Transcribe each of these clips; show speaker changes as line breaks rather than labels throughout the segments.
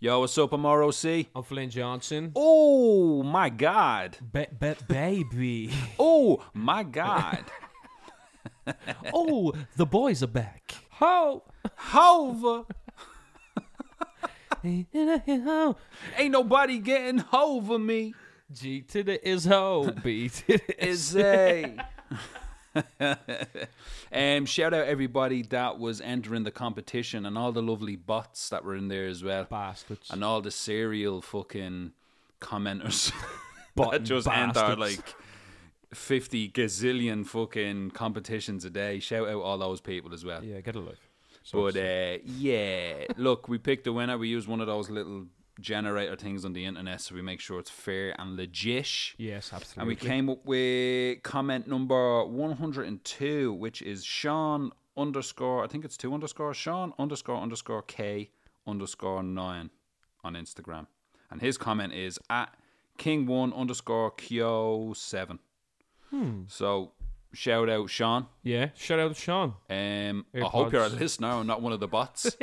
Yo, what's up, I'm ROC?
I'm Flynn Johnson.
Oh my god.
Ba- ba- baby.
Oh my god.
oh, the boys are back.
Ho hova.
G
Ain't nobody getting over me.
to the is ho. B to the is.
Is a um, shout out everybody that was entering the competition and all the lovely bots that were in there as well.
Bastards.
and all the serial fucking commenters that
Button
just enter
bastards.
like 50 gazillion fucking competitions a day. Shout out all those people as well.
Yeah, get a look.
but uh, yeah, look, we picked a winner. We used one of those little generator things on the internet so we make sure it's fair and legit.
Yes,
And we
absolutely.
came up with comment number 102, which is Sean underscore, I think it's two underscore, Sean underscore underscore K underscore nine on Instagram. And his comment is at King One underscore Q seven. So shout out Sean.
Yeah, shout out to Sean.
Um, I hope you're a
AirPods.
listener and not one of the bots.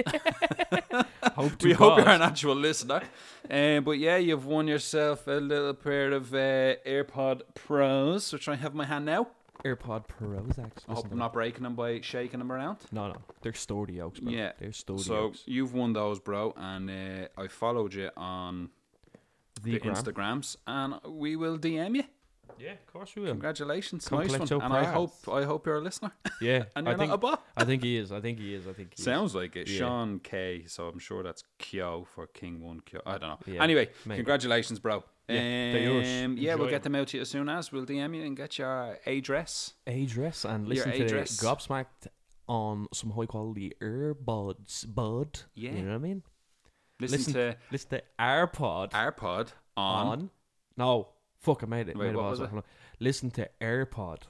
Hope to
we hope
God.
you're an actual listener. Um, but yeah, you've won yourself a little pair of uh, AirPod Pros, which I have in my hand now.
AirPod Pros, actually.
I hope
Listen
I'm
to
not breaking them by shaking them around.
them. No, no. They're story yokes, bro.
Yeah.
They're story
So
yokes.
you've won those, bro, and uh, I followed you on the,
gram.
Instagrams, and we will DM you.
Yeah, of course we will.
Congratulations,
Come
nice
collect
one,
your
and I
prize.
hope I hope you're a listener.
Yeah.
And
I
you're not
think,
a bot.
I think he is. I think he is. I think he is.
Sounds like it.
Yeah.
Sean K. So I'm sure that's Q for King One Q. I don't know.
Yeah,
anyway,
maybe.
congratulations, bro.
Yeah, they're yours.
Um, yeah, we'll
Enjoy
get them out to you as soon as we'll DM you and get your address.
Adress and listen to
address.
Gobsmacked on some high quality earbuds, bud.
Yeah.
You know what I mean?
Listen, to
listen to AirPod
AirPod on.
on. No, fuck, I made it.
Wait,
made
what
it
was
was
it?
Listen to AirPod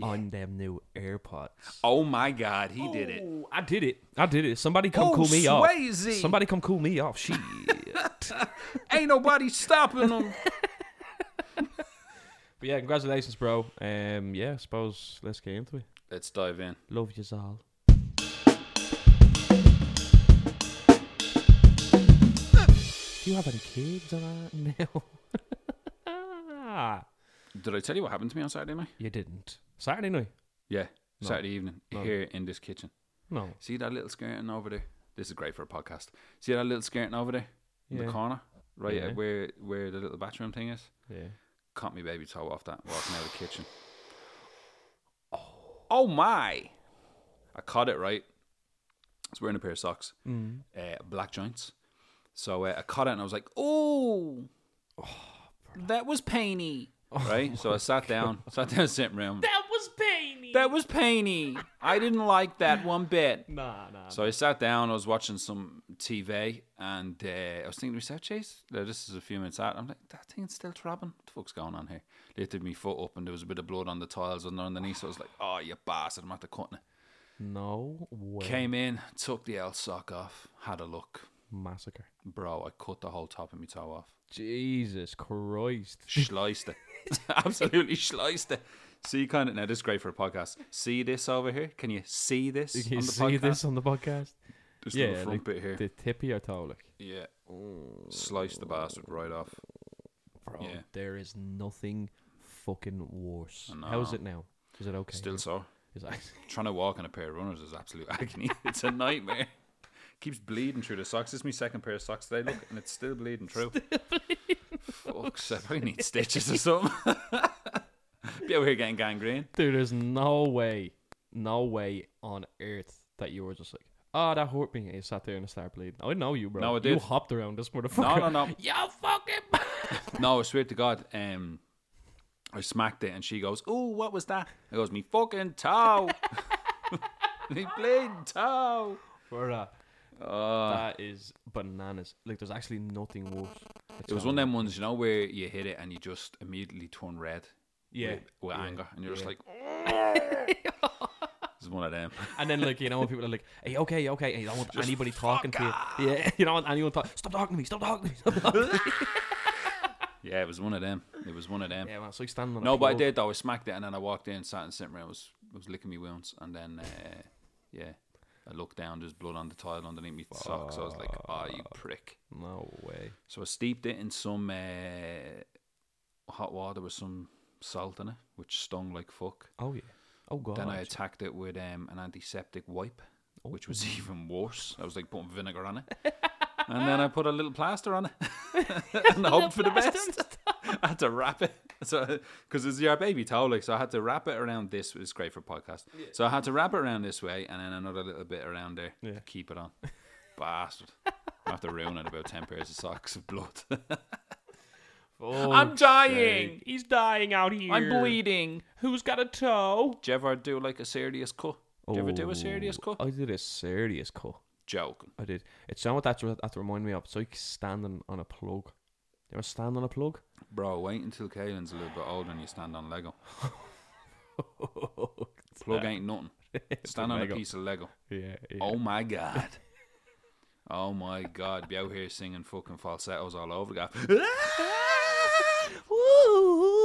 on them new AirPods.
Oh my God, he did it.
Ooh, I did it. I did it. Somebody come
Oh,
cool me
Swayze.
off. Somebody come cool me off. Shit. Oh.
Ain't nobody stopping him.
but yeah, congratulations, bro. Um, yeah, I suppose let's get into it.
Let's dive in.
Love yous all. Do you have any kids on that? No.
Did I tell you what happened to me on Saturday night?
you didn't. Saturday night?
Yeah, Saturday evening here in this kitchen.
No.
See that little skirting over there? This is great for a podcast. See that little skirting over there in
Yeah.
the corner, right
Yeah.
at where where the little bathroom thing is?
Yeah.
Caught me baby toe off that walking out of the kitchen. Oh, oh my! I caught it right. I was wearing a pair of socks, uh, black joints. So uh, I caught it and I was like, "Oh, that was painy." right, so I sat down, sat down, in the sitting room.
That was painy.
That was painy. I didn't like that one bit.
Nah, nah.
So I sat down. I was watching some TV, and uh, I was thinking to myself, "Chase, now this is a few minutes out." I'm like, "That thing's still throbbing. What the fuck's going on here?" Lifted me foot up, and there was a bit of blood on the tiles and underneath. So I was like, "Oh, you bastard! I'm after cutting it."
No way.
Came in, took the L sock off, had a look,
Massacre.
bro. I cut the whole top of my toe off,
Jesus Christ.
sliced it, absolutely sliced it. See, kind of now this is great for a podcast. See this over here? Can you see this?
Can you
on the
see
podcast?
this on the podcast?
This
Yeah,
little front
like
bit here.
The tip of your toe, like.
Yeah. Slice the bastard right off.
Bro,
Yeah.
there is nothing fucking worse. How is it now? Is it okay?
Still sore.
Is that-
Trying to walk in a pair of runners is absolute agony. it's a nightmare. Keeps bleeding through the socks. It's my second pair of socks today. Look, and it's still bleeding through. Fuck's sake, I probably need stitches or something. Be over here getting gangrene.
Dude, there's no way, no way on earth that you were just like, oh, that hurt me. And you sat there and started bleeding. I know you, bro.
No, I
You
did.
hopped around this
No,
motherfucker.
no, no.
You fucking.
No, I swear to God, um, I smacked it and she goes, Oh, what was that? I goes, Me fucking toe. me bleeding toe.
Bruh. that is bananas. Like, there's actually nothing worse.
It was one of them ones, you know, where you hit it and you just immediately turn red
Yeah.
with anger, and you're just like, it's one of them.
And then, like, you know, when people are like, hey, okay, okay. And you don't want anybody talking to you. Yeah. You don't want anyone talking. Stop talking to me. Stop talking to me. Stop talking to me.
Yeah, it was one of them. It was one of them.
yeah, man. So you standing on a
no, but I
plug.
did though. I smacked it, and then I walked in, sat in the sitting room. I was I was licking my wounds, and then uh, yeah, I looked down, there's blood on the tile underneath my socks. I was like, oh, you prick.
No way.
So I steeped it in some uh, hot water with some salt in it, which stung like fuck.
Oh yeah. Oh god.
Then I attacked it with um, an antiseptic wipe, which was even worse. I was like putting vinegar on it. and then I put a little plaster on it and hoped for the best. I had to wrap it. So, because it's your baby towel, like, so I had to wrap it around this. It's great for podcast. So I had to wrap it around this way and then another little bit around there
Yeah.
to keep it on. Bastard. I have to ruin it about 10 pairs of socks of blood.
Oh,
I'm dying.
He's dying out here.
I'm bleeding.
Who's got a toe?
Do you ever do like a serious cut? Do you ever do a serious cut?
Oh, I did a serious cut.
Joking.
I did. It's somewhat that's what that reminded me of. It's like standing on a plug. You ever stand on a plug?
Bro, wait until Kaelin's a little bit older and you stand on Lego. Plug ain't nothing. Stand on
Lego.
a piece of Lego.
yeah, yeah.
Oh my god. Oh my god. Be out here singing fucking falsettos all over the Oh.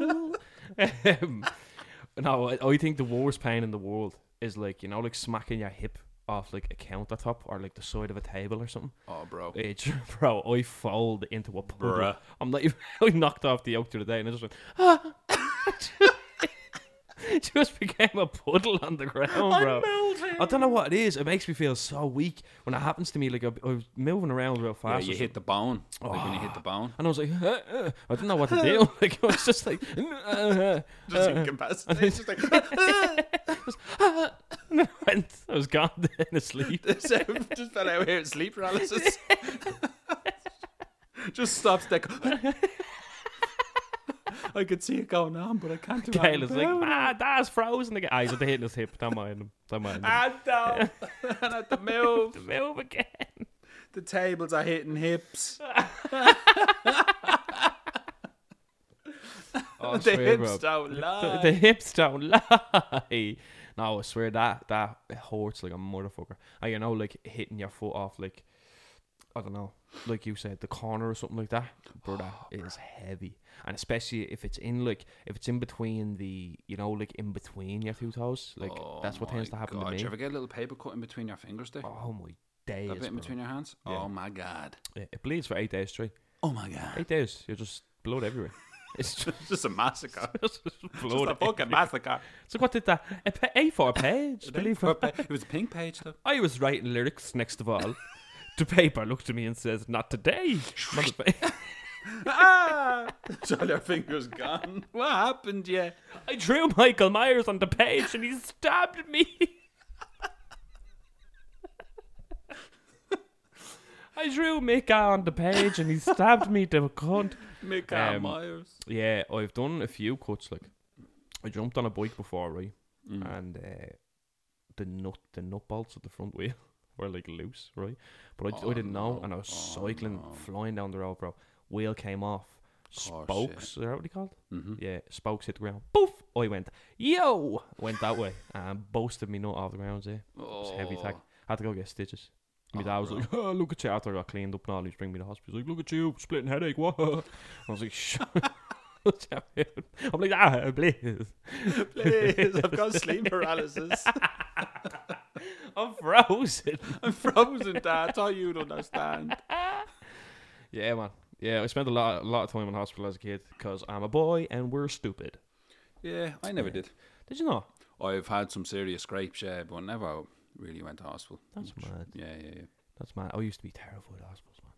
Um, no, I, I think the worst pain in the world is like you know, like smacking your hip off like a countertop or like the side of a table or something.
Oh, bro.
It's bro, I fold into a puddle.
Bruh.
I'm not even. I knocked off the yoke the other day, and I just went. Ah. It just became a puddle on the ground, bro. I don't know what it is. It makes me feel so weak when it happens to me. Like I, I was moving around real
Yeah,
fast,
you hit the bone. Like when you hit the bone.
and I was like, "Uh, uh," I didn't know what to do. Like I was just like, "Uh, uh, uh."
Just incapacitated. Just like
And then I went, I was gone then asleep.
just fell out here in sleep paralysis. just stops there. I could see it going on, but I can't do
Kyle is like, ah, that's frozen again. Eyes at the hitting his hip. Don't mind him. Don't mind him.
I don't. I have to move.
Move again.
The tables are hitting hips.
Oh, I
the
swear,
hips
bro.
don't
the,
lie.
the hips don't lie. No, I swear that that hurts like a motherfucker. And you know, like hitting your foot off, like I don't know, like you said, the corner or something like that, bro. That is heavy, and especially if it's in like if it's in between the you know like in between your two toes, like that's what
Oh my
tends to happen
God.
to
Do
me.
you ever get a little paper cut in between your fingers there?
Oh my
a
days,
bit in
bro.
between your hands? Oh my god.
Yeah, it bleeds for eight days straight.
Oh my god.
Eight days, you're just blood everywhere. It's just,
It's just a massacre.
just blood.
fucking massacre.
So what did that? A pa- A4 page, believe it. or not.
It was a pink page though.
I was writing lyrics next of all. the paper looked at me and says, Not today. motherfu-"
ah! It's all your fingers gone. What happened, yeah?
I drew Michael Myers on the page and he stabbed me. I drew Mika on the page and he stabbed me to a cunt.
Mick
Um,
Myers.
Yeah, I've done a few cuts. Like, I jumped on a bike before, right? And uh, the nut, the nut bolts at the front wheel were like loose, right? But I, I didn't know, and I was cycling, flying down the road, bro. Wheel came off.
Oh,
Spokes, is that what they called? Mm-hmm. Yeah, spokes hit the ground. Poof! I went, yo! Went that way and boasted me nut off the ground, yeah. It was
Oh.
heavy tack. had to go get stitches. My dad was like, oh, look at you. After I got cleaned up and all, he was bringing me to the hospital. He's like, look at you, splitting headache. What? I was like, shut up. I'm like, ah, please.
Please, I've got sleep paralysis.
I'm frozen.
I'm frozen, Dad. I thought you'd understand.
yeah, man. Yeah, I spent a lot, a lot of time in hospital as a kid because I'm a boy and we're stupid.
Yeah, I never did.
Did you know?
I've had some serious scrapes, yeah, but never really went to hospital.
That's mad.
Yeah, yeah,
That's mad. I used to be terrified of hospitals, man.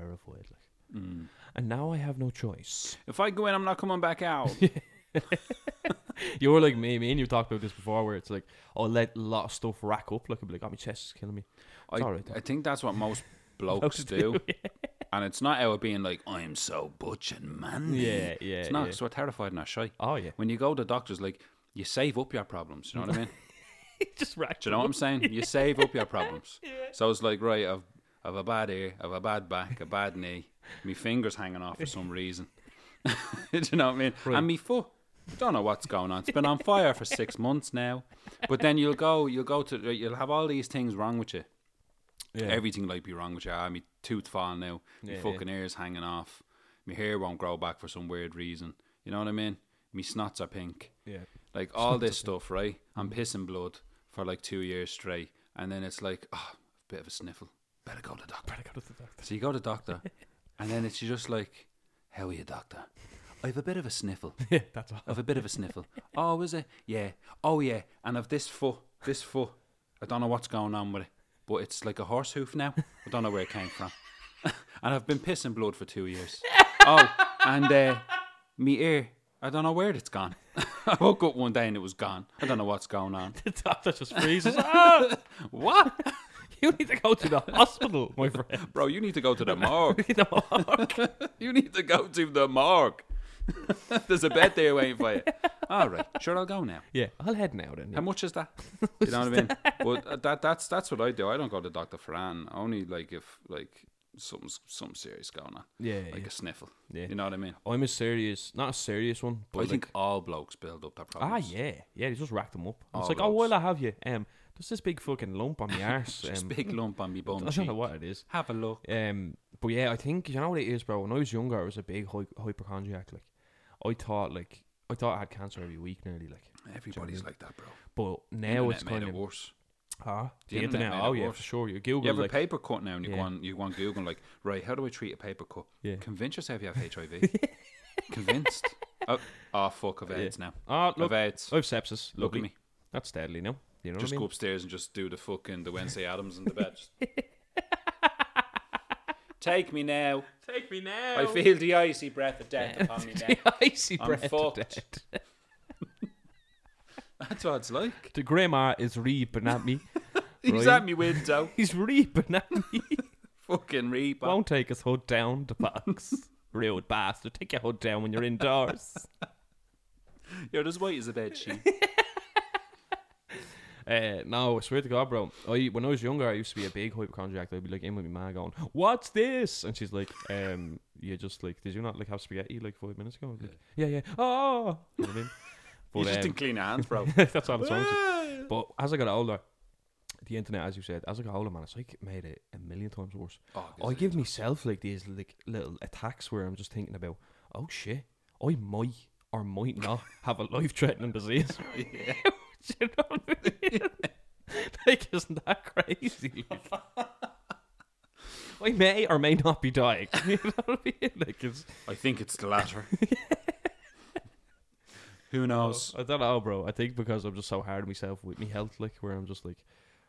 Terrified, like.
yeah. Mm.
And now I have no choice.
If I go in, I'm not coming back out.
You're like me. Me and you talked about this before, where it's like, I'll let a lot of stuff rack up. Like, I'll be like, oh, my chest is killing me.
I,
all right, though.
I think that's what most blokes do. And it's not out of being like, I'm so butch and manly.
Yeah, yeah.
It's not,
yeah.
because we're terrified and are shy.
Oh yeah,
When you go to doctors, like, you save up your problems. You know what I mean?
just right.
Do you know what I'm saying? You save up your problems. So it's like, right, I've, I've a bad ear, I've a bad back, a bad knee, my finger's hanging off for some reason. Do you know what I mean? And me foot. I don't know what's going on. It's been on fire for six months now. But then you'll go, you'll go to, you'll have all these things wrong with you.
Yeah.
Everything like be wrong with your eye. My tooth falling out. My
Yeah,
fucking ears hanging off. My hair won't grow back for some weird reason. You know what I mean? Me snots are pink.
yeah.
Mm. Like all this stuff, right? I'm pissing blood for like two years straight. and then it's like, oh, bit of a sniffle. Better go to the doctor.
Better go to the doctor.
So you go to doctor, and then it's just like, how are you, doctor? I have a bit of a sniffle.
yeah, that's all.
I have a bit of a sniffle. oh, is it? Yeah. Oh, yeah. And of this foot, this foot, I don't know what's going on with it, but it's like a horse hoof now. I don't know where it came from. and I've been pissing blood for two years. oh, and uh, me ear, I don't know where it's gone. I woke up one day and it was gone. I don't know what's going on.
the doctor just freezes. ah,
What?
you need to go to the hospital, my friend.
Bro, you need to go to the morgue.
You know,
You need to go to the morgue. There's a bed there waiting for you. All right, sure, I'll go now.
yeah, I'll head now then.
How
Yeah.
much is that? You know what I mean? But uh, that that's that's what I do. I don't go to Doctor Fran only like if like something's something serious going on,
Yeah,
like
yeah.
a sniffle.
Yeah.
You know what I mean?
I'm a serious, not a serious one, but
I
like,
think all blokes build up that problem.
ah, yeah, yeah, they just racked them up.
Oh,
And it's like, oh,
loads.
well, I have you. Um, there's this big fucking lump on my arse.
This
um,
big lump on me
I
bum.
don't
cheek.
know what it is.
Have a look.
Um, but yeah, I think you know what it is, bro. When I was younger, I was a big hy- hypochondriac. Like, I thought like I thought I had cancer every week, nearly. Like,
Everybody's like that, bro.
but now
Internet
it's
made
kind
it
of
worse.
Huh?
The
The,
internet
internet.
made it
oh yeah,
worse.
for sure. You
You
Google
have a
like
paper cut now, and you go
Yeah.
on you go on Google and like, right, how do I treat a paper cut?
Yeah.
Convince yourself you have HIV. Convinced. Oh, oh fuck, I've
Yeah.
AIDS now.
ah
I've
look,
AIDS.
I have sepsis.
Look
Lovely.
at me.
That's deadly now. You know
Just
what I
go
mean?
upstairs and just do the fucking the Wednesday Adams in the bed. Just- Take me now.
Take me now.
I feel the icy breath of death upon me now.
icy
I'm
breath.
fucked.
of death.
That's what it's like.
The grandma is reaping at me.
He's
Right.
at me window.
He's reaping at me.
fucking reaper.
Won't take his hood down the box. Rude bastard. Take your hood down when you're indoors.
You're as white as a bed sheet.
Uh, no, I swear to God, bro. I when I was younger, I used to be a big hypochondriac. I'd be like in with my ma going, "What's this?" And she's like, "Um, you just like, did you not like have spaghetti like five minutes ago?" I'd be Like, yeah, yeah. Oh, you know what I mean? But,
you just
um,
didn't clean your hands, bro.
that's all it's wrong. with it. But as I got older, the internet, as you said, as I got older, man, it's like made it a million times worse.
Oh,
I give myself like these like little attacks where I'm just thinking about, oh shit, I might or might not have a life-threatening disease. Do you know what I mean? like, isn't that crazy? Like, I may or may not be dying. You know what I mean? Like, it's,
I think it's the latter. Who knows?
I don't know, bro. I think because I'm just so hard on myself with my health, like, where I'm just like,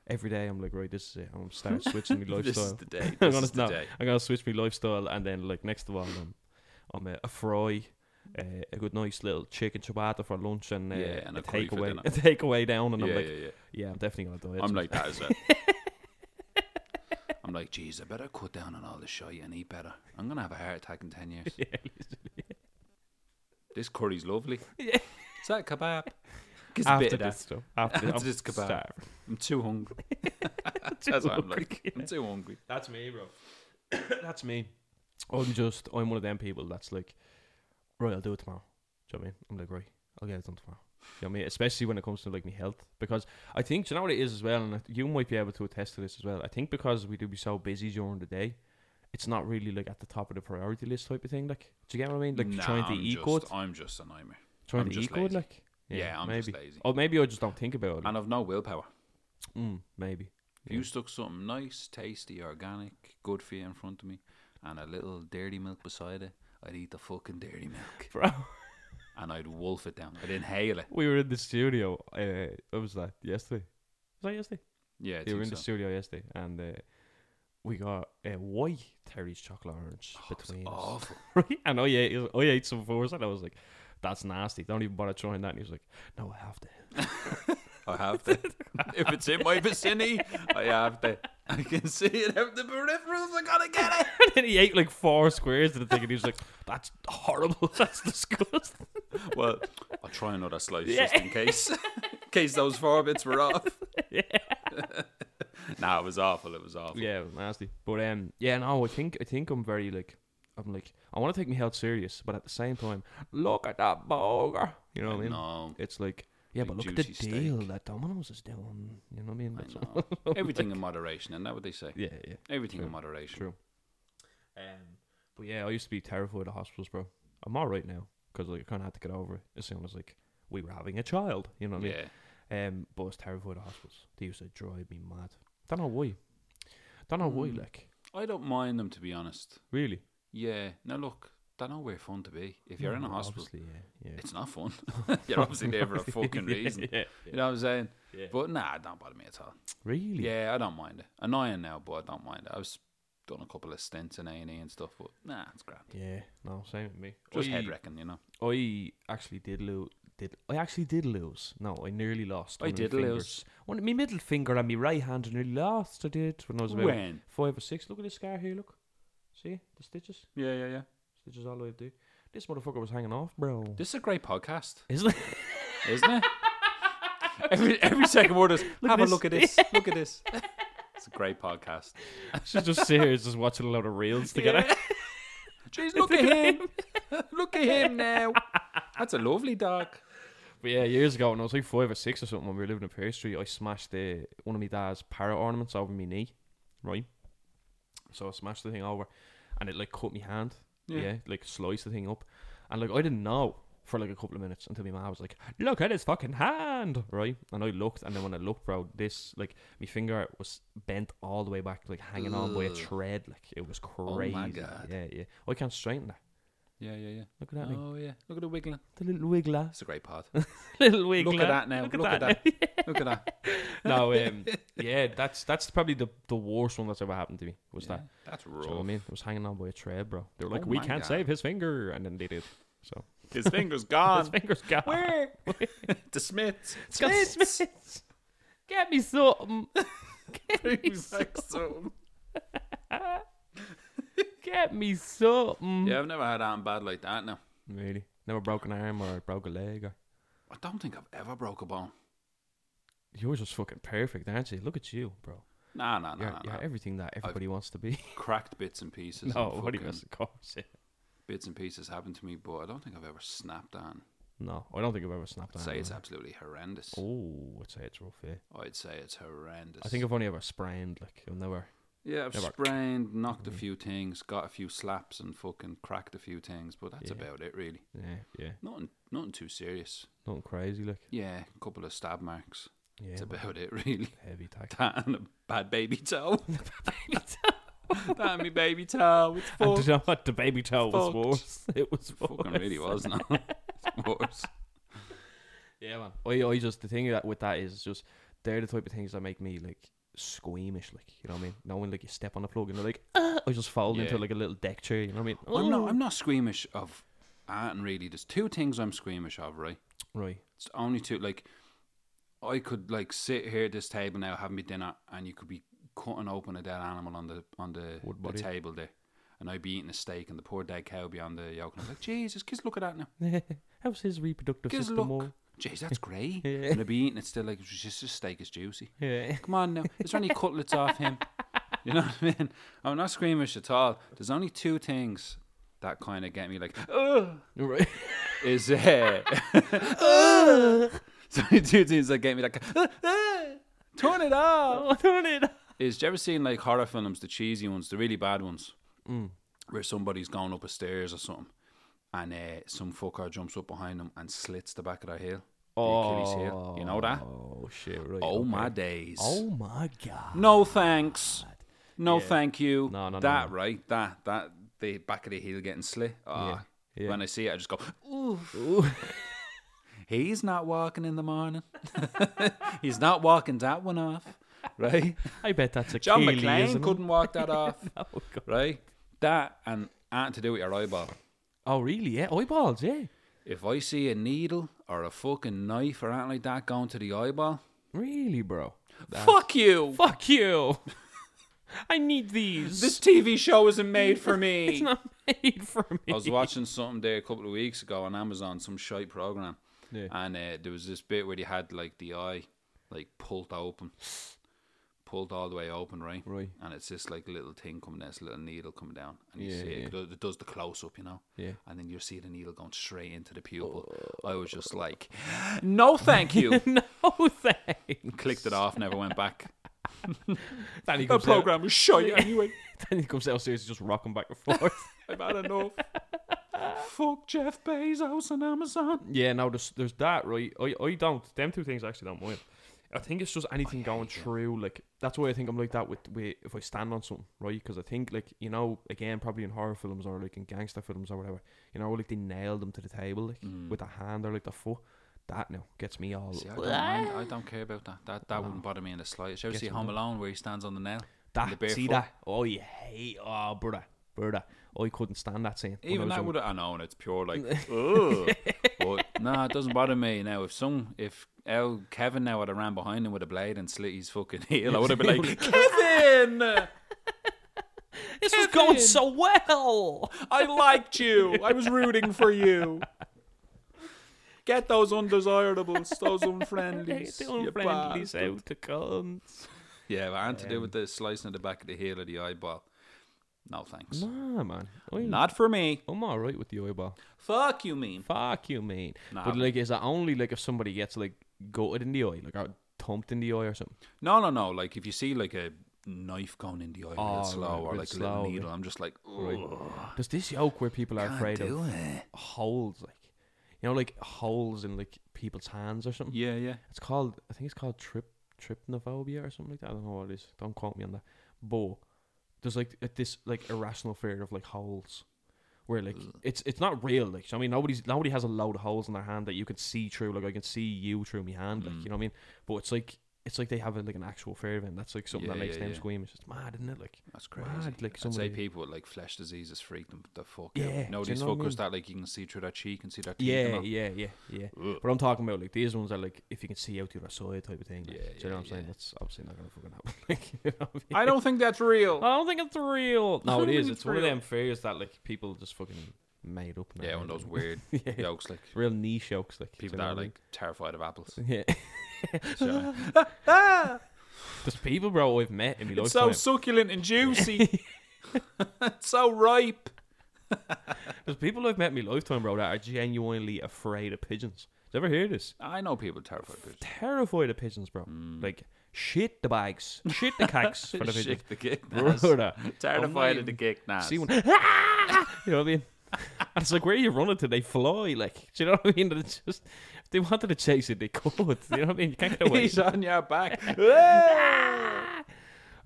every day I'm like, right, this is it. I'm starting switching my
This is
lifestyle.
the day.
I'm
This
gonna
is the
no,
day.
I'm gonna switch my lifestyle, and then like next of all, I'm, I'm a, a fry, uh, a good nice little chicken ciabatta for lunch, and, uh,
Yeah, and
a,
a curry for
takeaway,
dinner.
a takeaway down, and
Yeah,
I'm like,
yeah,
yeah.
yeah.
I'm definitely gonna die. It's
I'm
just-
like that as well. I'm like, geez, I better cut down on all the shite and eat better. I'm gonna have a heart attack in ten years. this curry's lovely.
Yeah.
Is that a kebab? Gives a bit
after
of
this,
that.
stuff, after,
After this
this, I'm
kebab.
starved.
I'm too hungry.
Too
That's what I'm
hungry.
like. I'm too hungry.
That's me, bro. that's me. I'm just I'm one of them people that's like, right, I'll do it tomorrow. Do you know what I mean? I'm like, right, I'll get it done tomorrow. Do you know what I mean? Especially when it comes to like my health, because I think do you know what it is as well, and you might be able to attest to this as well. I think because we do be so busy during the day, it's not really like at the top of the priority list type of thing. Like, do you get what I mean? Like
Nah,
trying to
I'm
eat
just,
good,
I'm just a nightmare.
trying
I'm
to
just
eat good,
lazy.
like
Yeah, I'm
maybe. Oh,
just lazy.
Or maybe I just don't think about it.
And I've no willpower.
mm, maybe.
If you stuck something nice, tasty, organic, good for you in front of me, and a little dairy milk beside it, I'd eat the fucking dairy milk.
Bro,
And I'd wolf it down. I'd inhale it.
we were in the studio. Uh, what was that? Yesterday? Was that yesterday?
Yeah, I
they were
think
in the
so.
studio yesterday, and uh, we got uh, white Terry's chocolate orange between us.
Oh, Awful.
Right? And oh, I ate, I ate some fours, and I was like, "That's nasty. Don't even bother trying that." And he was like, "No, I have to."
I have to. if it's in my vicinity, I have to. I can see it out the peripherals. I gotta get it.
and then he ate like four squares of the thing, and he was like, "That's horrible. That's disgusting."
Well, I'll try another slice just in case. in case those four bits were off. nah, it was awful. It was awful.
yeah, it was nasty. But um, yeah, no, I think I think I'm very like. I'm like, I want to take my health serious, but at the same time, look at that burger. You know what I mean?
No.
It's like, yeah,
Big
but look at the
juicy steak.
deal that Domino's is doing. You know what I mean?
I
That's-
know. Everything in moderation, and that what they say.
Yeah, yeah.
Everything in
True.
moderation.
True. Um, but yeah, I used to be terrified of hospitals, bro. I'm all right now because like I kind of had to get over it as soon as like we were having a child. You know what I mean?
Yeah.
Um, but I was terrified of hospitals. They used to drive me mad. Don't know why. Don't know
Hmm.
why. Like
I don't mind them to be honest.
really.
Yeah. Now look, they're nowhere fun to be. If you're in a
No,
hospital,
Mm, obviously, yeah, yeah.
it's not fun. you're obviously there for a fucking
Yeah,
reason.
yeah,
You know what I'm saying?
Yeah.
But nah, it don't bother me at all.
Really?
Yeah, I don't mind it. Annoying now, but I don't mind it. I was done a couple of stints in A and E and stuff, but nah, it's grand.
Yeah. No, same with me.
Just
I,
head wrecking, you know.
I actually did lose. Did I actually did lose? No, I nearly lost.
I
one of my
did
fingers.
lose.
One, my middle finger and my right hand I nearly lost. I did when I was about
When?
five or six. Look at this scar here. Look, see the stitches.
Yeah, yeah, yeah.
Stitches all the way up there. This motherfucker was hanging off, bro.
This is a great podcast,
Isn't it?
isn't it? every every second word is have a
this.
look at this. Look at this. It's a great podcast.
She's just serious, just watching a lot of reels together.
Jeez, look at him. look at him now. That's a lovely dog.
But yeah, years ago when I was like five or six or something, when we were living in Perry Street, I smashed uh, one of my dad's parrot ornaments over my knee, right? So I smashed the thing over, and it like cut my hand.
Yeah.
Yeah, like sliced the thing up, and like I didn't know for like a couple of minutes until my mom was like, "Look at his fucking hand," right? And I looked, and then when I looked, bro, this like my finger was bent all the way back, like hanging on by a
Ugh. Oh
thread. Like it was
my
crazy.
God.
Yeah, yeah. I can't straighten that.
Yeah, yeah, yeah.
Look at that thing.
Oh yeah. Look at the wiggling.
The little wiggler.
It's a great pod.
little wiggler.
Look at that now. Look at, that. look at that.
no, um, yeah, that's that's probably the the worst one that's ever happened to me. Was that?
That's
Do you know what I
rough.
mean? It was hanging on by a thread, bro. They were like,
Oh
"We
my
can't
God.
save his finger," and then they did. So
His finger's
his
gone.
finger's gone.
Where? the Smiths.
It's got Smiths. Get me something. Get me,
He's
some-
like, so-
get me something.
Yeah, I've never had arm bad like that. Now
Really? Never broke an arm or broke a leg. Or...
I don't think I've ever broke a bone.
Yours was fucking perfect, aren't you? Look at you, bro.
Nah, nah, nah,
You're,
nah,
you're
nah.
everything that everybody wants to be.
Cracked bits and pieces.
no,
and
what do you
fucking
mean? Of course. yeah.
Bits and pieces happened to me, but I don't think I've ever snapped on.
No, I don't think I've ever snapped
I'd
an
say
arm,
it's
no.
absolutely horrendous.
Oh, I'd say it's rough, yeah.
I'd say it's horrendous.
I think I've only ever sprained. Like I've never.
yeah, I've
never-
sprained, knocked a
Mm.
few things, got a few slaps, and fucking cracked a few things. But that's
Yeah.
about it, really.
Yeah, yeah.
Nothing, nothing too serious.
Nothing crazy. Like
Yeah, a couple of stab marks.
yeah,
That's
man,
about it, really.
heavy tack.
That and a bad baby toe. that and me baby toe. It's
And
fucked.
do you know what? The baby towel was
Fucked.
worse. It was
fucking
worse.
really was now. It's worse.
Yeah, man. I, I just the thing that with that is just they're the type of things that make me like squeamish. Like you know what I mean? Knowing like you step on a plug and they're like, ah, I just fall into
Yeah.
like a little deck chair. You know what I mean?
I'm
Oh.
not. I'm not squeamish of art and really. There's two things I'm squeamish of, right?
right.
It's only two. Like, I could like sit here at this table now, having me dinner, and you could be cutting open a dead animal on the on the,
Would
the
body.
table there, and I'd be eating a steak, and the poor dead cow would be on the yolk, and I'm like, Jesus, kids, look at that now.
How's his reproductive
Kids,
system?
look.
all?
Jeez, that's great.
Yeah.
And I'd be eating it still like just this steak is juicy.
Yeah.
Come on now. Is there any cutlets off him? You know what I mean? I'm not squeamish at all. There's only two things that kind of get me like, ugh,
Right.
is uh, so the two things that get me like, "Ugh, ugh, turn it off.
oh, don't it.
Is you ever seen like horror films, the cheesy ones, the really bad ones,
Mm.
where somebody's going up a stairs or something, and uh, some fucker jumps up behind them and slits the back of their heel, the Achilles heel. You know that?
Oh shit! Right.
Oh
okay.
my days!
Oh my god.
No thanks. No
Yeah.
thank you.
No, no, no,
that
no.
right. That that the back of the heel getting slit. Ah,
Yeah, yeah.
When I see it, I just go. Oof. He's not walking in the morning. He's not walking that one off, right?
I bet that's a
John
Keely, isn't
McClane
it?
couldn't walk that off,
Oh, God.
right? That and ain't to do with your eyeball.
Oh, really? Yeah, eyeballs. Yeah,
If I see a needle or a fucking knife or anything like that going to the eyeball,
really, bro.
fuck you.
Fuck you. I need these.
This TV show isn't made for me.
is not made for me.
I was watching something there a couple of weeks ago on Amazon, some shite program,
Yeah.
and uh, there was this bit where they had like the eye, like pulled open, pulled all the way open, right?
Right.
And it's this like little thing coming down, this little needle coming down, and you
Yeah,
see it,
yeah.
it, does, it does the close up, you know.
Yeah.
And then you see the needle going straight into the pupil. I was just like, no, thank you.
no thanks.
Clicked it off, never went back.
Danny
The
comes out.
program was shite anyway.
Danny comes downstairs, just rocking back and forth.
I've had enough. Fuck Jeff Bezos and Amazon.
Yeah, no, there's there's that right. I, I don't. Them two things actually don't mind. I think it's just anything going through. Like that's why I think I'm like that with, with if I stand on something, right? Because I think like you know again probably in horror films or like in gangster films or whatever, you know like they nailed them to the table like with a hand or like the foot. That now gets me all.
Mm. See, I don't, mind. I don't care about that. That that wouldn't bother me in the slightest. You ever see Home Alone where he stands on the nail?
that
the
see
barefoot.
that? Oh, you hate oh brother, brother. I couldn't stand that scene. when I
Even
was
that
young.
would I know, and it's pure like, ugh. but no, it doesn't bother me now. If some, if El Kevin now would have ran behind him with a blade and slit his fucking heel, I would have been like, Kevin,
This was going so well.
I liked you. I was rooting for you. Get those undesirables, those unfriendlies. you bastard."
out to cons.
Yeah, but and to do with the slicing of the back of the heel of the eyeball. No thanks.
Nah, man. I'm,
Not for me.
I'm all right with the eyeball.
Fuck you, mean.
Fuck you, mean.
Nah,
but
man.
like, is that only like if somebody gets like goated in the eye, like or thumped in the eye or something?
No, no, no. Like if you see like a knife going in the eye real
Oh,
slow
right,
or
real
like a
slow,
little
yeah.
needle, I'm just like,
Right.
"Ugh,
There's this yoke where people are
can't
afraid of
do it.
holes, like you know, like holes in like people's hands or something.
Yeah, yeah.
It's called, I think it's called trip trypanophobia or something like that. I don't know what it is. Don't quote me on that. But there's like a- this like irrational fear of like holes, where like it's it's not real. Like so I mean, nobody's nobody has a load of holes in their hand that you could see through. Like I can see you through my hand. Like
Mm.
you know what I mean. But it's like it's like they have like an actual fear of it. And that's like something
Yeah,
that makes
yeah,
them
yeah.
squeamish. It's mad, isn't it? Like
That's crazy.
Mad, like
I'd say
somebody-
people with like flesh diseases freak them the fuck out.
Yeah,
You know
do you
these
know what I
fuckers
mean?
that like you can see through their cheek and see their teeth. and
yeah,
all?
yeah, yeah, yeah.
Ugh.
But I'm talking about like these ones are like if you can see out the other side type of thing. Like,
Yeah,
do you know
yeah,
what I'm saying?
yeah.
That's obviously not gonna fucking happen. like, you know what I mean?
I don't think that's real.
I don't think it's real. No, it
don't
is.
think
It's,
it's
one of
real.
them fears that like people just fucking made up. in
Yeah,
their head,
one of those
like,
weird
Yeah.
jokes like
real niche jokes like
people
do
that
you
are
know
like terrified of apples.
what I mean? yeah.
So,
There's people, bro, I've met in my
it's
lifetime.
so succulent and juicy. it's so ripe.
There's people I've met in my lifetime, bro, that are genuinely afraid of pigeons. Did you ever hear this?
I know people terrified of it.
Terrified of pigeons, bro. Like shit the bags, shit the cacks for the pigeons.
Hmm. Shit, the gig. nas.
Brother,
Terrified of the
even
gig. Nas.
Oh, see one. you know what I mean? And it's like, where are you running to? They fly, like, do you know what I mean? It's just, if they wanted to chase it, they could. You know what I mean? You can't get away.
He's on your back.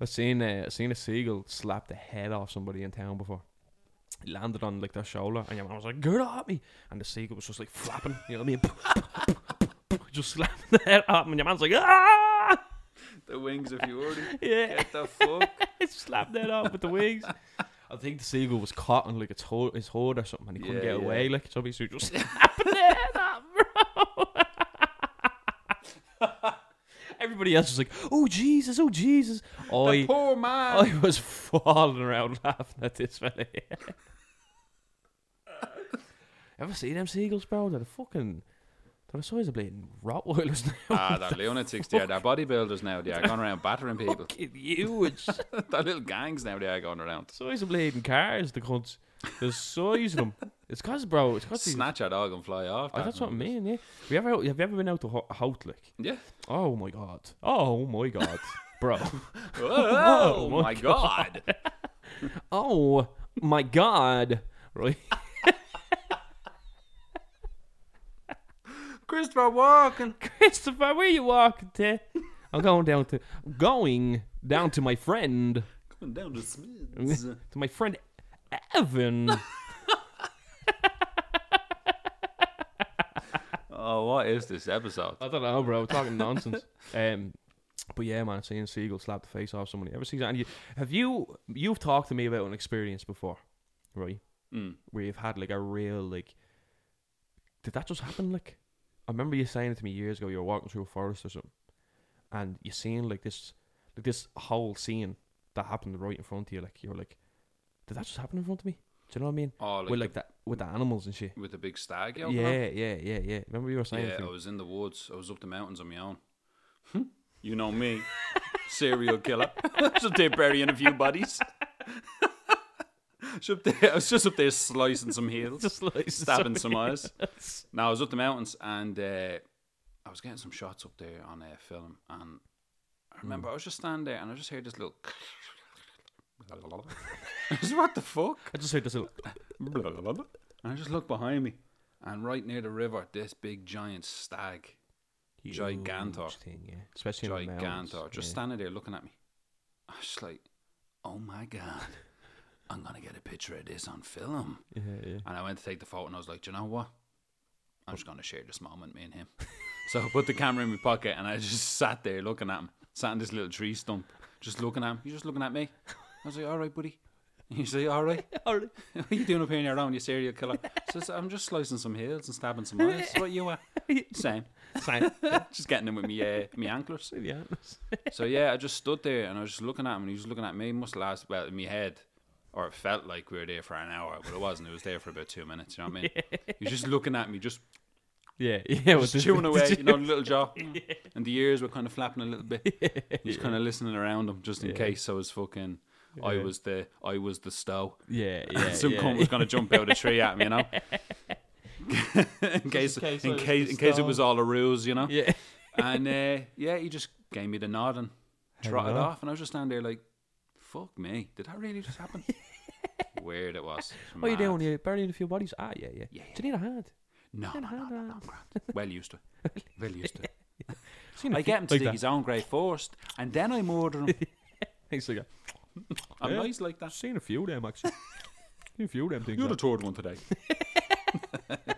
I seen uh, I seen a seagull slap the head off somebody in town before. He landed on like their shoulder, and your man was like, "Get off me!" And the seagull was just like flapping, you know what I mean? just slapping the head off, and your man's like, "Ah!"
the wings of Fury.
Yeah,
Get the fuck.
slapped that off with the wings. I think the seagull was caught on like its hood, his hood or something, and he couldn't
Yeah,
get
yeah.
away. Like, so basically just everybody else was like, "Oh Jesus! Oh Jesus!" I
Poor man.
I was falling around laughing at this fella. here. Ever see them seagulls, bro? They're the fucking. They're the size of bleeding Rottweilers now.
Ah, they're lunatics. They are. They're bodybuilders now. They are going around battering people.
Fucking huge.
they're little gangs now. They are going around.
size of bleeding cars, the cunts. The size of them. It's cause, bro. It's cause. these-
Snatch a dog and fly off.
Oh,
that
that's what I
one.
mean. Yeah. Have you ever have you ever been out to Ho- Hout, like?
Yeah.
Oh my god. Oh my god, bro.
Oh,
my
my, god.
oh my god. Right.
Christopher Walken.
Christopher, where you walking to? I'm going down to going down to my friend
Coming down to Smiths.
to my friend Evan.
oh, what is this episode?
I don't know, bro. Talking nonsense. Um, but yeah, man, seeing Seagull slap the face off somebody. Ever seen that? And you, have you you've talked to me about an experience before, right?
Mm.
Where you've had like a real like. Did that just happen? Like, I remember you saying it to me years ago. You were walking through a forest or something, and you seen like this, like this whole scene that happened right in front of you. Like you're like, did that just happen in front of me? Do you know what I mean?
Oh, like,
with
the-
like that, with the animals and shit.
with the big stag. you know?
Yeah, yeah, yeah, yeah. Remember you were saying it
Yeah,
to
I
me?
was in the woods. I was up the mountains on my own. you know me, serial killer. just up there burying a few bodies. Just up there- I was just up there slicing some heels,
Just like
stabbing some eyes. Now I was up the mountains and uh, I was getting some shots up there on a film, and I remember I was just standing there and I just heard this little. I was, what the fuck?
I just heard this little.
and And I just look behind me, and right near the river, this big giant stag,
Huge
Gigantor.
Thing, yeah. Especially in the mountains,
gigantor, just
yeah.
standing there looking at me. I was just like, oh my god, I'm gonna get a picture of this on film.
Yeah, yeah.
And I went to take the photo, and I was like, do you know what? I'm just gonna share this moment, me and him. so I put the camera in my pocket, and I just sat there looking at him, sat in this little tree stump, just looking at him. He's just looking at me. I was like, all right, buddy. He's like, all right. What are you doing up here on your own, you serial killer? So it's- I'm just slicing some heels and stabbing some eyes. That's what you are. Same.
Sign-
Just getting in with me, uh, me anklers.
yeah.
So yeah, I just stood there and I was just looking at him, and he was looking at me. It must last well in my head, or it felt like we were there for an hour, but it wasn't. It was there for about two minutes. You know what I mean? He was just looking at me, just
Yeah, yeah.
just chewing away, you know, the little jaw, and the ears were kind of flapping a little bit. He's kind of listening around him just in case. So I was fucking. I
Yeah.
was the I was the stow.
Yeah, yeah.
Some
yeah.
cunt was gonna jump out of a tree at me, you know. in case,
case I
in
was
case,
the
in case it
star.
was all a ruse, you know.
Yeah.
And uh, yeah, he just gave me the nod and trotted
Hello.
off, and I was just standing there like, "Fuck me, did that really just happen?" Weird it was.
What are you
Mad.
doing? You burying a few bodies? Ah, yeah, yeah.
Yeah, yeah.
Do you need a hand?
No, no,
Then
no,
hand
no, no,
around.
Grant. Well used to. it. Well used to. it.
Seen a
I
few-
get him to
like
dig his own grave first, and then I murder him.
Thanks, like that.
I'm
Yeah.
nice like that.
Seen a few of them actually. Seen a few of them things.
You're the
like-
third one today.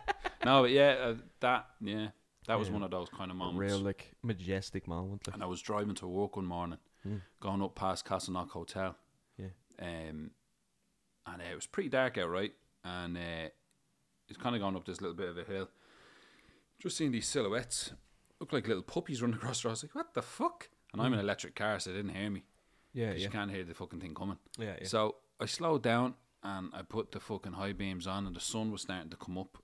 no, but yeah, uh, that yeah, that was
Yeah.
one of those kind of
A
moments.
real like majestic moment. Like.
and I was driving to work one morning, going up past Castleknock Hotel.
Hmm. Yeah.
Um, and uh, it was pretty dark out, right? And uh, it's kind of going up this little bit of a hill. Just seeing these silhouettes, look like little puppies running across. The road. I was like, "What the fuck?" And I'm in an electric car, so they didn't hear me.
Yeah,
'cause
Hmm. yeah,
You can't hear the fucking thing coming.
yeah, yeah.
So I slowed down and I put the fucking high beams on, and the sun was starting to come up.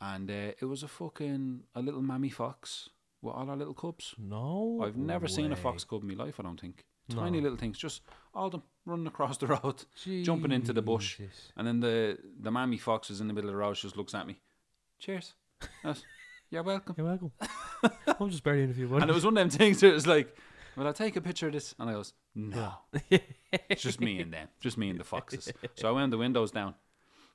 And uh, it was a fucking a little mammy fox with all our little cubs.
No,
I've never seen a
way.
fox cub in my life. I don't think. Tiny little things, just all them running across the road, jumping into the bush,
Jesus.
and then the the mammy fox is in the middle of the road. She just looks at me. Cheers. That's- You're welcome.
You're welcome. I'm just burying a few bodies.
And it was one of them things. Where it was like, well, I'll take a picture of this, and I goes, no, it's just me and them, just me and the foxes. So I wound the windows down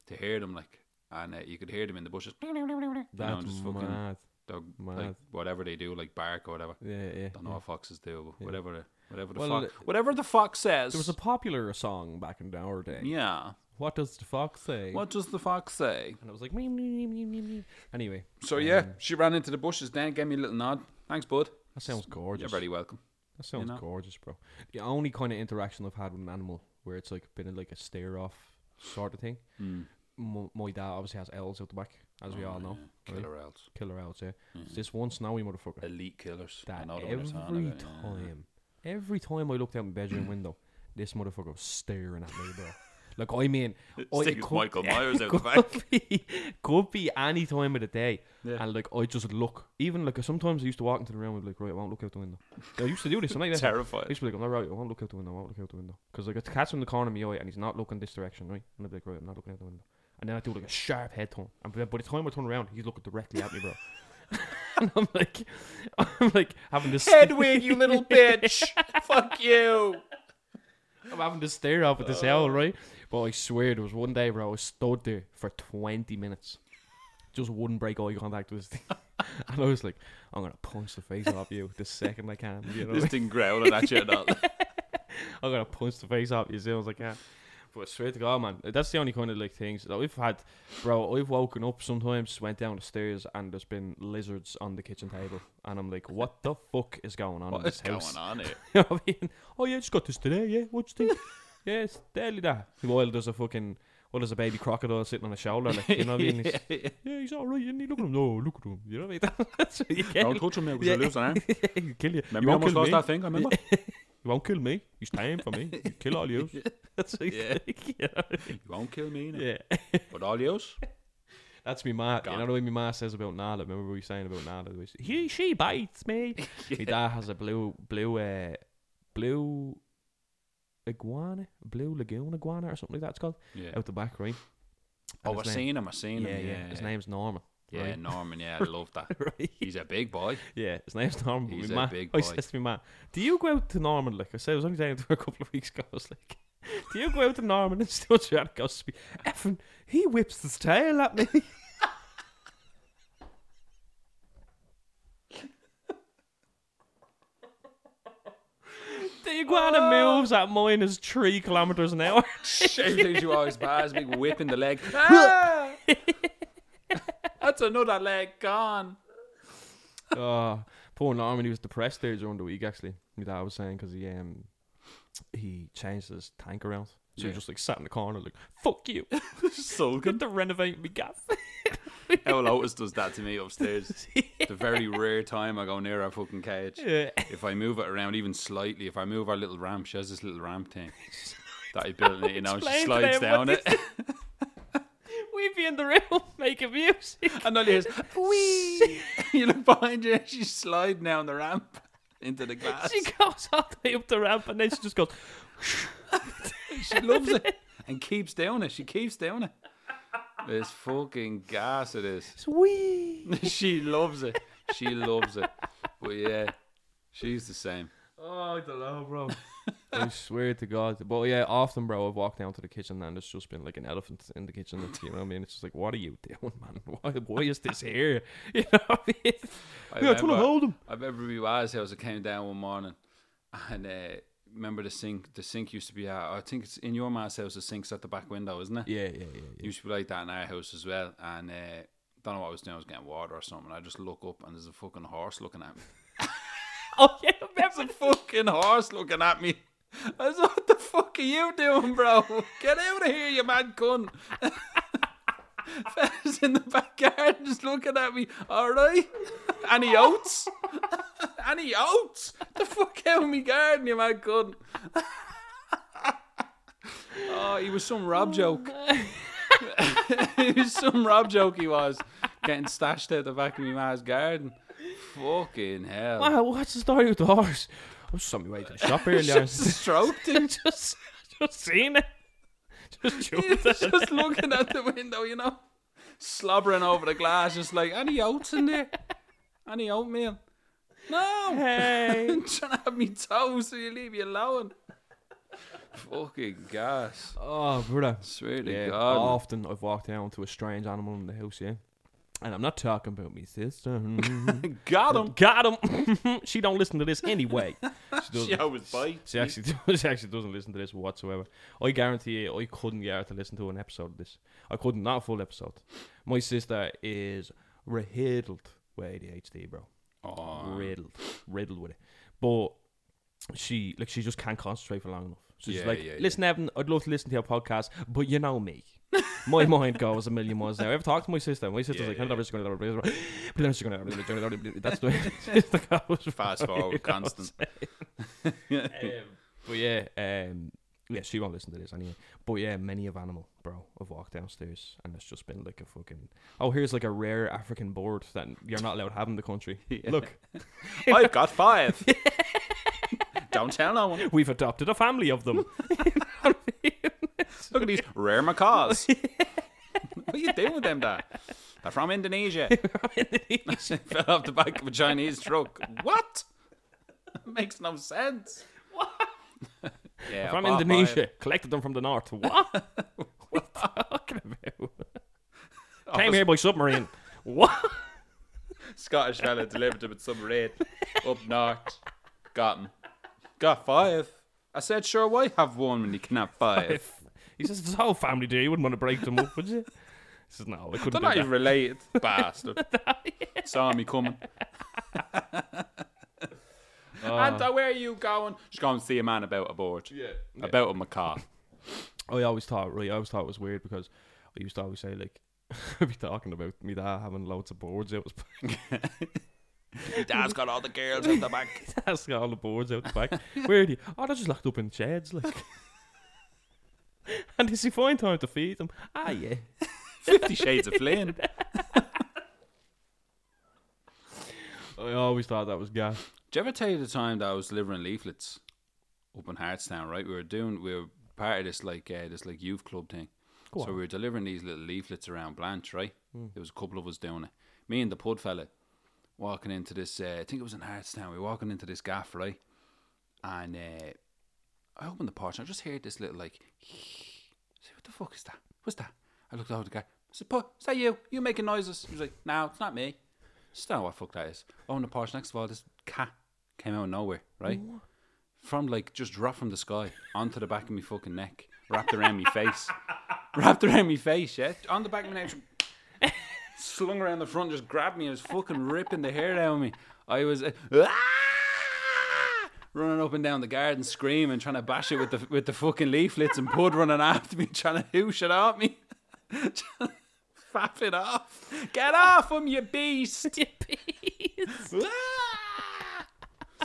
to hear them, like, and uh, you could hear them in the bushes. You know,
That's
just fucking,
mad.
they're, like
mad.
whatever they do, like bark or whatever.
Yeah, yeah.
Don't know what foxes do, but whatever the whatever the
Well, uh,
fox whatever the fox says.
There was a popular song back in our day.
yeah.
What does the fox say?
What does the fox say?
And it was like, meow, meow, meow, meow, meow, meow. anyway,
So yeah, she ran into the bushes. Then gave me a little nod. Thanks, bud.
that sounds
You're
gorgeous.
very welcome.
That sounds
know?
gorgeous, bro. The only kind of interaction I've had with an animal where it's like been like a stare off sort of thing. M- my dad obviously has L's out the back, Mm. as
Oh,
we all know. right?
Killer elves,
Killer L's, yeah. It's
Mm-hmm.
this one snowy motherfucker.
elite killers. I
that
know the one
every
you're talking about, yeah.
time, every time I looked out my bedroom window, this motherfucker was staring at me, bro. Like I mean, I,
Sick
it
as
could,
Michael Myers out the
could
back.
Be, could be any time of the day,
Yeah.
and like I just look. Even like sometimes I used to walk into the room and be like, right, I won't look out the window. I used to do this. I'm like, that. I
Terrified.
used to be like, I'm not right. I won't look out the window. I won't look out the window because like a cat's in the corner of my eye and he's not looking this direction, right? And I'd be like, right, I'm not looking out the window. And then I do like a sharp head turn, and by by the time I turn around, he's looking directly at me, bro. and I'm like, I'm like having this
Hedwig, you little bitch. Fuck you.
I'm having to stare off at this
Uh.
owl, right? But I swear there was one day where I was stood there for 20 minutes. Just wouldn't break eye contact with this thing. and I was like, I'm going to punch the face off you the second I can. You know?
This thing growling at you. and all.
I'm going to punch the face off you as soon as I can. But I swear to God, man, that's the only kind of like things that I've had. Bro, I've woken up sometimes, went down the stairs, and there's been lizards on the kitchen table. And I'm like, what the fuck is going on in
What
this
is going
house?
on here?
You know what I mean? Oh yeah, just got this today. Yeah, what you think? yeah, it's deadly that. While there's a fucking, well, there's a baby crocodile sitting on a shoulder. Like, you know what I mean? It's- yeah, he's all right. Isn't he? Look at him. No, look at him. You know what I mean? That's what you get.
Don't touch him now because
Yeah.
you lose an arm.
you kill you.
eh? Remember,
you
you
won't
almost
kill
lost
me.
that thing. I remember.
You won't kill me. He's time for me. You kill all yours. That's what you
Yeah.
think, you know what I mean?
you won't kill me, now.
Yeah,
but all yours.
that's me, ma. You
Gone.
know the way my ma says about Nala. Remember what we were saying about Nala? The way she- He, she bites me. My dad has a blue, blue, uh, blue iguana, blue lagoon iguana or something like that. It's called.
Yeah.
out the back, right?
Oh,
And
I
his name-
seen him. I seen
yeah,
him.
yeah,
Yeah,
His name's Norman.
Yeah,
right?
Norman. Yeah, I love that.
right.
He's a big boy.
Yeah, his name's Norman. but
He's
my
a
ma,
big
I
boy.
says to me, man, do you go out to Norman? Like I said, I was only down there a couple of weeks ago. I was like, Do you go out to Norman and still try to go speak? Effing, he whips his tail at me. Do you go out
Oh.
and moves at minus three kilometers an hour?
Shame things you always pass, big whip in the leg. Ah! That's another leg gone.
oh, poor Norman. He was depressed there during the week. Actually, my dad was saying because he um he changed his tank around, so he
Yeah.
just like sat in the corner like "fuck you."
So
Good to renovate my gas.
El Lotus does that to me upstairs. the very rare time I go near our fucking cage.
Yeah.
If I move it around even slightly, if I move our little ramp, she has this little ramp thing that I built, and, you know, she
Explain to
slides
them
down
what
it.
We'd be in the room making music.
and all you hear is, wee! you look behind you, and she's sliding down the ramp into the glass.
She goes all the way up the ramp and then she just goes,
She loves it and keeps doing it. She keeps doing it. It's fucking gas, it is.
"Wee."
she loves it. She loves it. But yeah, she's the same.
Oh, I don't know, bro. I swear to God. But yeah, often, bro, I've walked down to the kitchen and it's just been like an elephant in the kitchen. That's, you know what I mean? It's just like, what are you doing, man? Why, why is this here? You know what I mean?
I
Yeah, I trying to hold him.
I remember we was house. I came down one morning, and uh, remember the sink. The sink used to be out. I think it's in your ma's house. The sink's at the back window, isn't it?
Yeah, yeah, yeah. yeah.
Used to be like that in our house as well. And uh, don't know what I was doing. I was getting water or something. I just look up, and there's a fucking horse looking at me.
Oh, yeah, remember?
There's a fucking horse looking at me. I was what the fuck are you doing, bro? Get out of here, you mad cunt. Fella's in the back garden just looking at me. All right. Any oats? Any oats? The fuck out of me garden, you mad cunt. oh, he was some Rob joke. he was some Rob joke he was. Getting stashed out the back of my ma's garden. Fucking hell.
Wow, what's the story with the horse? I'm just on my way to the shop here,
It's just a
Lawrence.
stroke, dude.
just, just seen it. Just
He's
jumped at it.
just looking out the window, you know, slobbering over the glass, just like any oats in there, any oatmeal. No,
Hey.
I'm trying to have me toes, so you leave me alone. Fucking gas!
Oh, brother.
Swear to
Yeah,
God, man.
often I've walked down to a strange animal in the house, yeah. And I'm not talking about me sister. Hmm.
got him.
Got him. she don't listen to this anyway. She doesn't.
She always bites.
She actually, does, she actually doesn't listen to this whatsoever. I guarantee you, I couldn't get her to listen to an episode of this. I couldn't, not a full episode. My sister is riddled with ADHD, bro.
Oh,
Riddled, riddled with it. But she, like, she just can't concentrate for long enough. So she's
Yeah,
like,
yeah, yeah.
listen, Evan, I'd love to listen to your podcast, but you know me. my mind goes a million miles an hour. I've talked to my sister. My sister's
Yeah,
like,
yeah,
"Never just gonna- never just gonna- never just gonna- never just gonna-" that's the way it's like I was
fast forward, constant.
um, but yeah, um, yeah, she won't listen to this anyway. But yeah, many of animal, bro. I've walked downstairs and it's just been like a fucking. Oh, here's like a rare African bird that you're not allowed to have in the country. Look,
I've got five. Don't tell no one.
we've adopted a family of them.
Look at these rare macaws. what are you doing with them, Dad? They're from Indonesia. Fell off the back of a Chinese truck. What? Makes no sense. What? yeah,
from
bought
Indonesia, collected them from the north. What? what are you talking about?
by a-
Came here by submarine. what?
Scottish fella delivered him at some rate up north. Got him. Got five. I said, sure, why have one when you can have five?
He says, this whole family do. You wouldn't want to break them up, would you? He says, no, I couldn't
They're
do
not
that.
even related. Bastard. Saw me coming. Anta, where are you going? Just go and see a man about a board. Yeah. About a macaw.
I always thought, really, I always thought it was weird because I used to always say, like, I'd be talking about me dad having loads of boards out. his back.
Dad's got all the girls at the back.
That's got all the boards out the back. Where are they? Oh, they're just locked up in sheds, like. and is he find time to feed them? Ah, yeah.
Fifty Shades of Flynn.
I always thought that was gas.
Did you ever tell you the time that I was delivering leaflets up in Hartstown? Right, we were doing we were part of this like uh, this like youth club thing. so we were delivering these little leaflets around Blanche, right? There was a couple of us doing it. Me and the pud fella walking into this. Uh, I think it was in Hartstown. We were walking into this gaff, right? And uh, I opened the porch and I just heard this little like, say, what the fuck is that? What's that? I looked over at the guy. I said, "Put, is that you? You making noises?" He was like, "No, it's not me." Still, what the fuck that is? Opened the porch. Next of all, this cat came out of nowhere, right? From like just dropped from the sky onto the back of my fucking neck, wrapped around my face, wrapped around my face, yeah, on the back of my neck. slung around the front, just grabbed me and was fucking ripping the hair out of me. I was uh, "Ah!" running up and down the garden, screaming, trying to bash it with the with the fucking leaflets, and Bud running after me, trying to hoosh it at me, trying to fap it off. Get off him, you beast! Ah!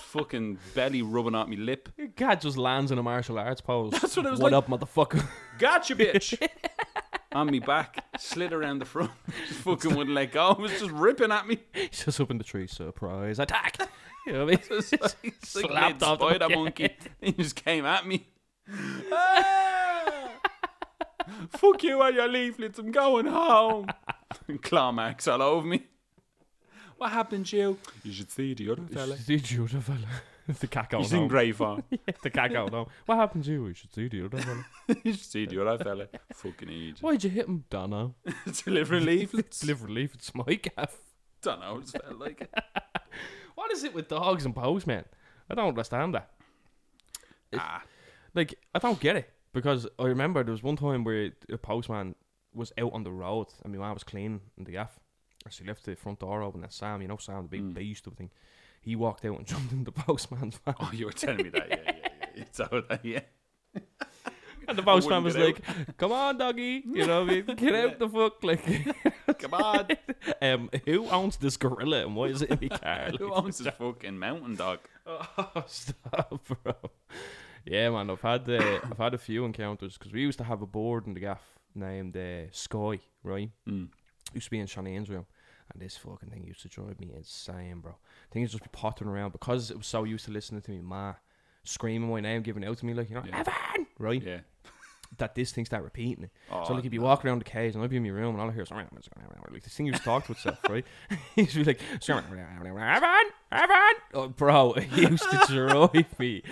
fucking belly rubbing at me lip.
Your cat just lands in a martial arts pose.
That's what I was
What
like-
up, motherfucker?
Gotcha, bitch! on me back, slid around the front, just fucking wouldn't let go. was just ripping at me.
He's just up in the tree. Surprise attack! You know what I mean? Slapped off the
spider
monkey.
monkey. He just came at me. Ah! Fuck you and your leaflets. I'm going home. Claw marks all over me. What happened to you? You should see the other fella.
Should see the other fella. the cat going
He's in
home.
grey form.
the cat going home. What happened to you? You should see the other fella.
you should see the other fella. Fucking idiot.
Why'd you hit him? Dunno.
Delivering leaflets.
Live relief. It's my gaff.
Don't know. Just felt like it.
What is it with dogs and postmen? I don't understand that.
Ah,
Like, I don't get it. Because I remember there was one time where a postman was out on the road and my mum was cleaning in the gaff. And she left the front door open and Sam, you know Sam, the big beast of a thing, he walked out and jumped in the postman's van.
oh, you were telling me that. Yeah, yeah, yeah. It's all that. Yeah.
And the
wouldn't
postman was like,
get
come on, doggy. You know what I mean? Get out the fuck. Like,
Come on.
um, who owns this gorilla and why is it in my car?
Who owns this fucking mountain dog?
Oh, stop, bro. Yeah, man, I've had uh, I've had a few encounters because we used to have a board in the gaff named uh, Sky, right?
Mm.
Used to be in Shanine's room, and this fucking thing used to drive me insane, bro. Thing is, just be pottering around because it was so used to listening to me ma screaming my name, giving it out to me like you know, Evan, right?
Yeah.
That this thing started repeating it.
Oh,
so like, if you walk around the cage, and I'd be in my room, and all I hear is like this thing used to talk to itself, right? he used to be like, Evan, Evan, oh, bro, it used to drive me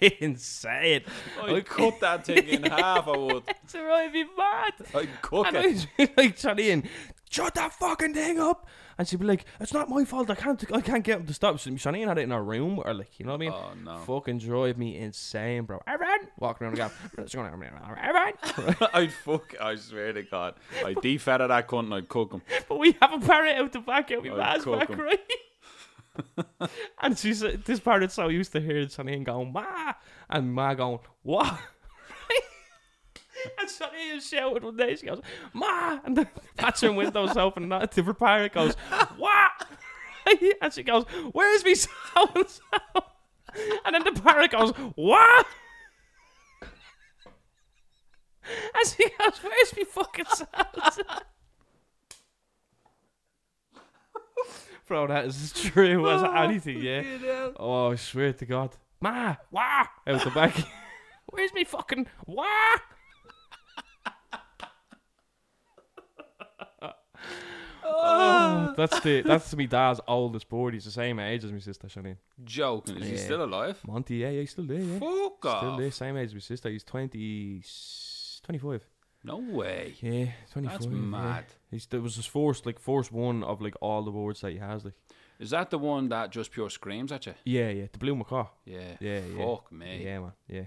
insane.
I cut that thing in half. I would.
It drive me mad.
I cook
And
it.
I used to be like, Janine, shut that fucking thing up. And she'd be like, it's not my fault. I can't, I can't get him to stop. So Janine had it in her room, or like, you know what I mean?
Oh no!
Fucking drive me insane, bro. Evan, walking around the gap. Evan,
I'd fuck. I swear to God, I defatter that cunt and I'd cook him.
But we have a parrot out the back, out my
Oh,
man's
cook
back,
'em.
right? and she's uh, this parrot's so used to hearing Sonny going, Ma! And Ma going, What? and Sonny is shouting one day, she goes, Ma! And the bathroom window's open, and a different parrot goes, What? and she goes, Where's me so and so? And then the parrot goes, What? And she goes, Where's me fucking so and so?" Bro, that is as true as anything, yeah. Oh, I swear to God. Ma, wah! Out the back. Where's me fucking wah? oh, that's the that's me dad's oldest board. He's the same age as my sister Shanine.
Joking. Is he
Yeah.
still alive?
Monty, yeah, yeah, he's still there, yeah.
Fuck
Still
off!
there, same age as my sister. He's 20, 25.
No way.
Yeah, 25.
That's
yeah.
mad.
He's, that was his first, like, first one of, like, all the boards that he has, like.
Is that the one that just pure screams at you?
Yeah, yeah, the Blue Macaw.
Yeah.
Yeah, yeah.
Fuck me.
Yeah, man. Yeah,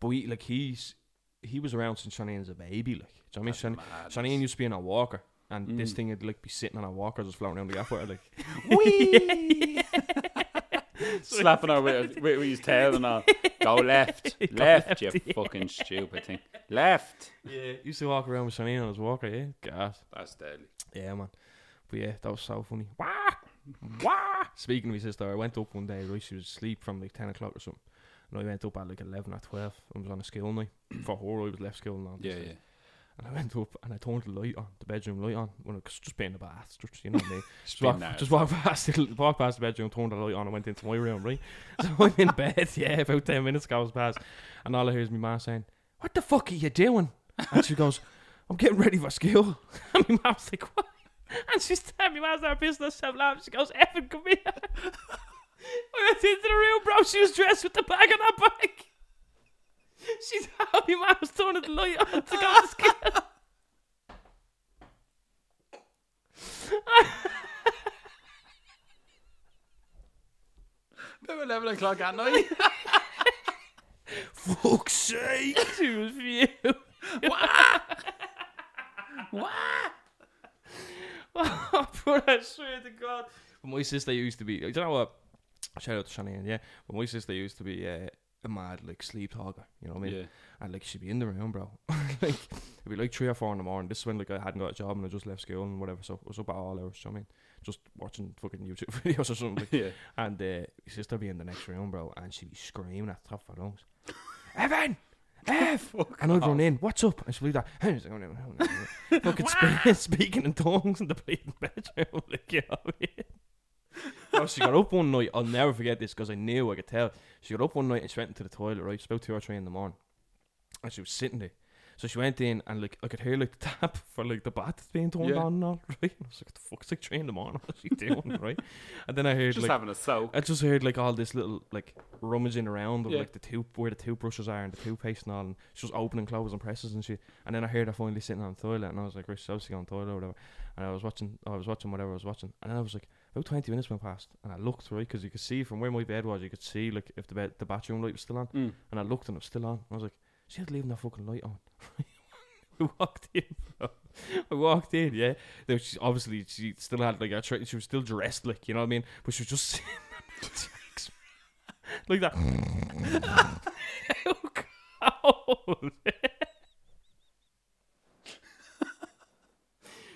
but he like he's he was around since Shanaean was a baby. Like, do you know what I mean?
Mad. Mm.
Shanaean used to be in a walker, and this thing would like be sitting on a walker, just floating around the gap. Like,
Whee! Slapping her with, with, with his tail and all. Go left. left, you fucking stupid thing. Left.
yeah, used to walk around with Shanaean on his walker. Yeah, God.
That's deadly.
Yeah, man. But yeah, that was so funny. Wah! Wah! Speaking of my sister, I went up one day, right? She was asleep from like 10 o'clock or something. And I went up at like 11 or 12 and was on a school night. For her, I was left school and all. this
Yeah,
thing.
yeah.
And I went up and I turned the light on, the bedroom light on, when I was just being a bastard, you know what I mean? just,
being
walk,
nice.
just walk past the, walk past the bedroom, turned the light on, and went into my room, right? So I'm in bed, yeah, about 10 minutes goes past, and all I hear is my ma saying, What the fuck are you doing? And she goes, I'm getting ready for school. And my mom's like, What? And she's telling me, Mom's not pissing herself laughing. She goes, Evan, come here. I went into the room, bro. She was dressed with the bag on her back. She's happy mouse turning the light on to Goskin.
About 11 o'clock at night.
Fuck's sake! She was fuming.
what?
but Oh, I swear to God. But my sister used to be. Do you know what? Shout out to Shannon, yeah. But my sister used to be uh, a mad like sleep talker. You know what I mean?
Yeah.
And like she'd be in the room, bro. like it'd be like three or four in the morning. This is when like I hadn't got a job and I just left school and whatever. So I was up at all hours. You know what I mean? Just watching fucking YouTube videos or something. Like,
Yeah.
and uh, his sister be in the next room, bro, and she'd be screaming at the top of her lungs, Evan! Ev! and I'd run in, what's up? And she'd be like, fucking spe- speaking in tongues in the bleeding bedroom. like, you know what I mean? Bro, she got up one night, I'll never forget this because I knew I could tell. She got up one night and she went into the toilet, right? It's about two or three in the morning. And she was sitting there. So she went in and like I could hear like the tap for like the bath being turned
Yeah.
on and all, right? And I was like, the fuck's like three in the morning? What's she doing, right? And then I heard
Just
like
having a soak.
I just heard like all this little like rummaging around of
Yeah.
like the tooth where the toothbrushes are and the toothpaste and all, and she was opening, closing presses and shit. And then I heard her finally sitting on the toilet, and I was like, "Right, she's obviously on the toilet or whatever." And I was watching, I was watching whatever I was watching, and then I was like, about twenty minutes went past, and I looked right because you could see from where my bed was, you could see like if the bed, the bathroom light was still on,
Mm.
and I looked and it was still on. I was like, "She had leaving that fucking light on." we walked in. bro. I walked in, yeah. There, she, obviously, she still had like a tra- she was still dressed, like you know what I mean. But she was just sitting on the chicks, like that. Oh, God.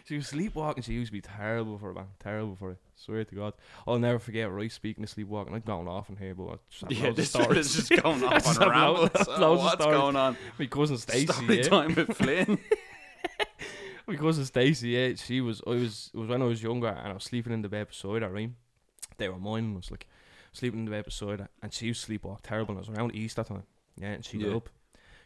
she was sleepwalking. She used to be terrible for it, man. Terrible for it. Swear to God, I'll never forget. Right, speaking of sleepwalking, I'm going off in here, but I just have
Yeah,
loads of
this,
stories.
this is going off
Just
on
have lo-
rambles.
loads
Oh,
of
what's
stories.
going on?
My cousin Stacey.
Story
yeah.
time with Flynn.
My cousin Stacey, yeah, she was I was it was when I was younger and I was sleeping in the bed beside her, right? They were mine and I was like sleeping in the bed beside her and she was sleepwalk terrible and it was around East that time. Yeah, and she got
Yeah.
up.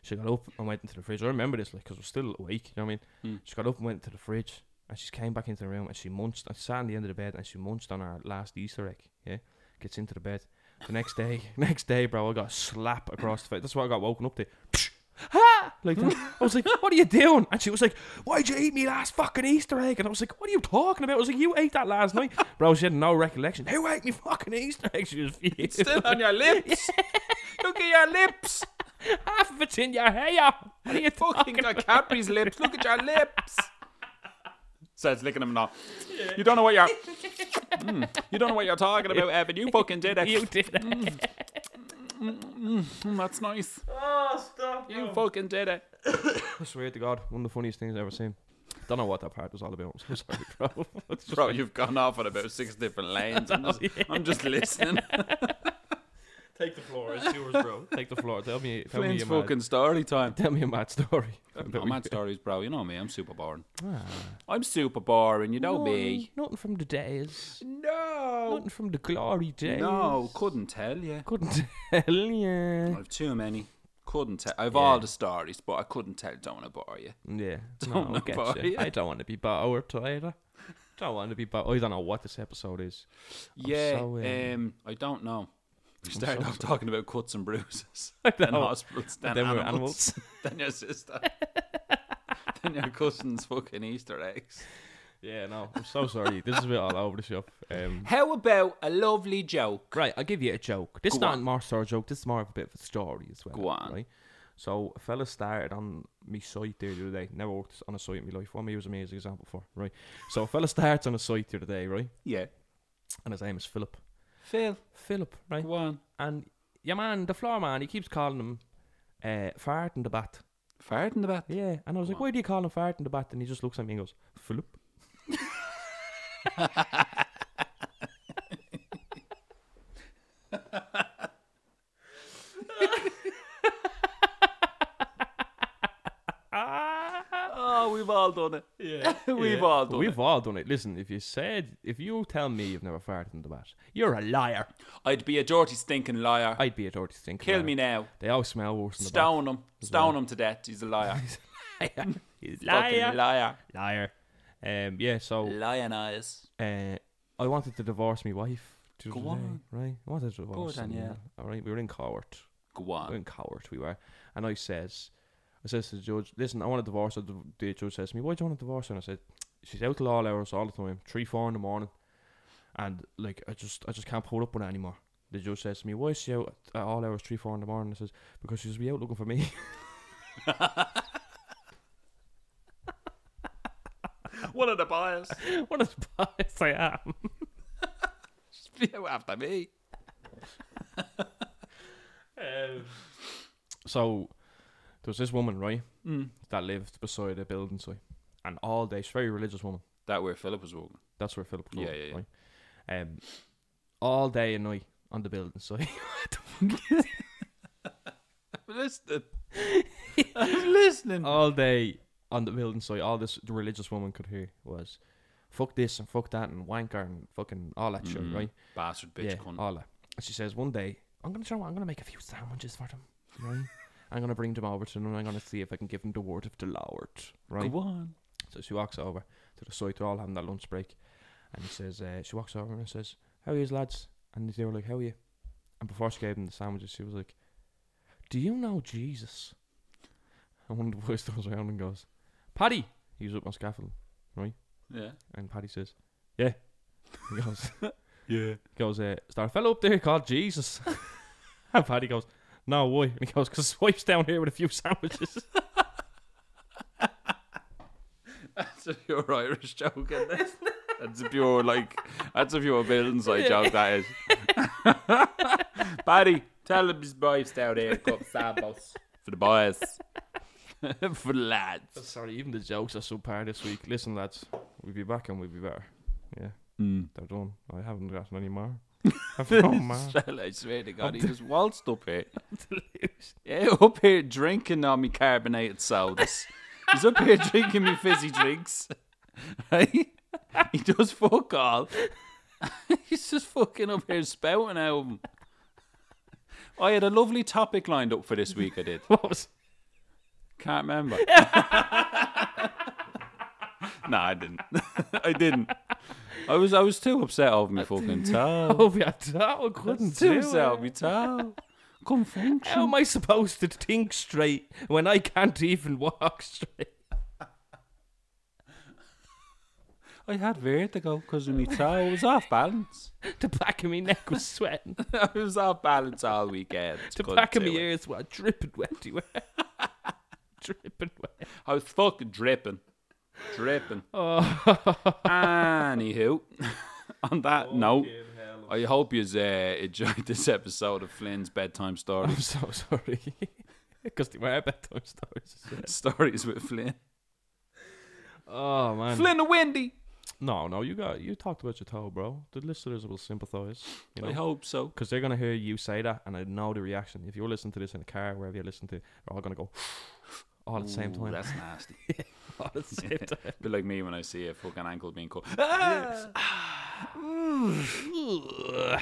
She got up and went into the fridge. I remember this like because I was still awake, you know what I mean?
Mm.
She got up and went to the fridge and she came back into the room and she munched I sat on the end of the bed and she munched on our last Easter egg, yeah. Gets into the bed. The next day next day, bro, I got a slap across the face. That's what I got woken up to. Ha! Like that. I was like, what are you doing? And she was like, why'd you eat me last fucking Easter egg? And I was like, what are you talking about? I was like, you ate that last night. Bro, she had no recollection. Who ate me fucking Easter egg? She was fuming.
It's still on your lips. Look at your lips.
Half of it's in your hair. What are you
Fucking
talking
got
about?
Cadbury's lips. Look at your lips. Says licking them now. You don't know what you're. Mm. You don't know what you're talking about, Evan. You fucking did it.
You did it.
Mm, that's nice.
Oh, stop.
You fucking did it.
I swear to God, one of the funniest things I've ever seen. Don't know what that part was all about. I'm so sorry, bro. It's just
Bro, you've gone off on about six different lanes.
Oh,
I'm just, I'm just listening.
Take the floor. It's yours, bro. Take the floor. Tell me, tell me
Flynn's
your mad,
fucking story time.
tell me a mad story.
No, mad stories, bro. You know me. I'm super boring.
Ah.
I'm super boring. You know me.
Nothing from the days.
No.
Nothing from the glory days.
No, couldn't tell you.
Couldn't tell you.
I've too many. Couldn't tell. I've
Yeah.
all the stories, but I couldn't tell. Don't want to bore you.
Yeah.
Don't
no, I get
bother
you.
you.
I don't want to be bored either. Don't want to be bored. I don't know what this episode is.
yeah.
so, um,
um, I don't know. We started
so
off talking about cuts and bruises,
I
then
know.
hospitals, then,
And then we were
animals, then your sister, then your cousin's fucking Easter eggs.
Yeah, no. I'm so sorry. this is a bit all over the shop. Um,
How about a lovely joke?
right, I'll give you a joke. This is
Go
not
on.
more so a joke. This is more of a bit of a story as well.
Go on.
Right? So a fella started on me site the other day. Never worked on a site in my life. What me was a amazing example for, right? So a fella starts on a site the other day, right?
Yeah.
And his name is Philip.
Phil,
Philip, right?
go on.
And your man, the floor man, he keeps calling him uh, Fart and the Bat.
Fart in the back.
Yeah. And I was like, why do you call him Fart and the Bat? And he just looks at me and goes, Philip.
Oh, we've all done it.
Yeah.
We've all done
We've
it.
all done it. Listen, if you said, if you tell me you've never farted in the bat, you're a liar.
I'd be a dirty, stinking liar.
I'd be a dirty stinker.
Kill
liar.
me now.
They all smell worse than
Stone him. Stone him to death. He's a liar.
the bat. He's a
Fucking
liar.
liar.
Liar. Um, yeah, so
Lion eyes.
uh, I wanted to divorce my wife. the
Go
other day,
on.
Right? I wanted to divorce
on,
her,
yeah.
All right, we were in Cowart.
Go
We were
on.
in Cowart, we were. And I says, I says to the judge, listen, I want a divorce. So The, the judge says to me, why do you want a divorce? And I said, she's out till all hours all the time, three, four in the morning, and like I just, I just can't put up with it anymore. The judge says to me, why is she out at all hours, three, four in the morning? I says, because she's be out looking for me.
One of the buyers.
what a bias I am.
after me.
So there was this woman, right,
Hmm.
that lived beside a building site, and all day she's a very religious woman.
That where Philip was walking.
That's where Philip. grew
Yeah,
up,
yeah, yeah.
right? Um, all day and night on the building site.
I'm listening. Oh. I'm listening.
all day on the building site, all this the religious woman could hear was, "Fuck this and fuck that and wanker and fucking all that shit," right?
Bastard Mm, bitch
yeah,
cunt.
all that. And she says one day, "I'm gonna try. I'm gonna make a few sandwiches for them, right? I'm gonna bring them over to them. and I'm gonna see if I can give them the word of the Lord, right?"
Go on.
So she walks over to the site. They're all having that lunch break, and he says, uh, she walks over and says, "How are you, lads?" And they were like, "How are you?" And before she gave them the sandwiches, she was like, "Do you know Jesus?" And one of the boys turns around and goes, "Paddy." He was up on scaffold,
Yeah.
and Paddy says, "Yeah." He goes,
Yeah.
he goes, uh, "Is there a fellow up there called Jesus?" and Paddy goes, "No, why?" And he goes, "Cause his wife's down here with a few sandwiches."
That's a pure Irish joke, isn't it? That's a pure like that's a pure building site joke that is. Paddy, tell him his boys down here got samples. For the boys. For the lads.
Sorry, even the jokes are so par this week. Listen, lads, we'll be back and we'll be better. Yeah,
Mm.
they're done. I haven't gotten any more. I've no more.
I swear to God, he just waltzed up here. Yeah, up here drinking on me carbonated sodas. He's up here drinking me fizzy drinks. Right? He does fuck all. He's just fucking up here spouting out of 'em. I had a lovely topic lined up for this week, I did.
What was?
Can't remember. no, I didn't. I didn't. I was I was too upset over me fucking towel.
Oh, yeah, that one couldn't
Too
do
upset over
it.
me towel. Come function.
How am I supposed to think straight when I can't even walk straight?
I had vertigo because of me toe. I was off balance.
The back of my neck was sweating.
I was off balance all weekend.
The
Couldn't
back of my
do it.
ears were dripping wet. they were. dripping wet.
I was fucking dripping. Dripping.
Oh.
Anywho, on that note, I hope you uh, enjoyed this episode of Flynn's Bedtime
I'm
Stories.
so sorry. Because they were bedtime stories.
Stories with Flynn.
Oh, man.
Flynn and Wendy.
No, no, you got you talked about your toe, bro. The listeners will sympathize, you
I
know,
hope so.
because they're gonna hear you say that, and I know the reaction. If you're listening to this in a car, wherever you're listening to, they're all gonna go all at the same
Ooh,
time.
That's nasty.
all at the same time.
Be like me when I see a fucking ankle being cut. Turn Ah!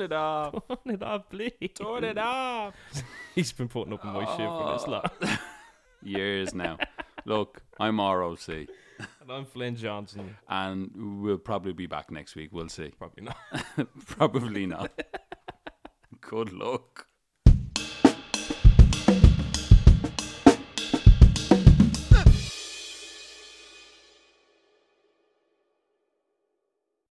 it off.
Turn it off, please.
Turn it Oh. off. Ah.
He's been putting up with my shit for this lot,
years now. Look, I'm ROC,
and I'm Flynn Johnson.
and we'll probably be back next week. We'll see.
Probably not.
Probably not. Good luck.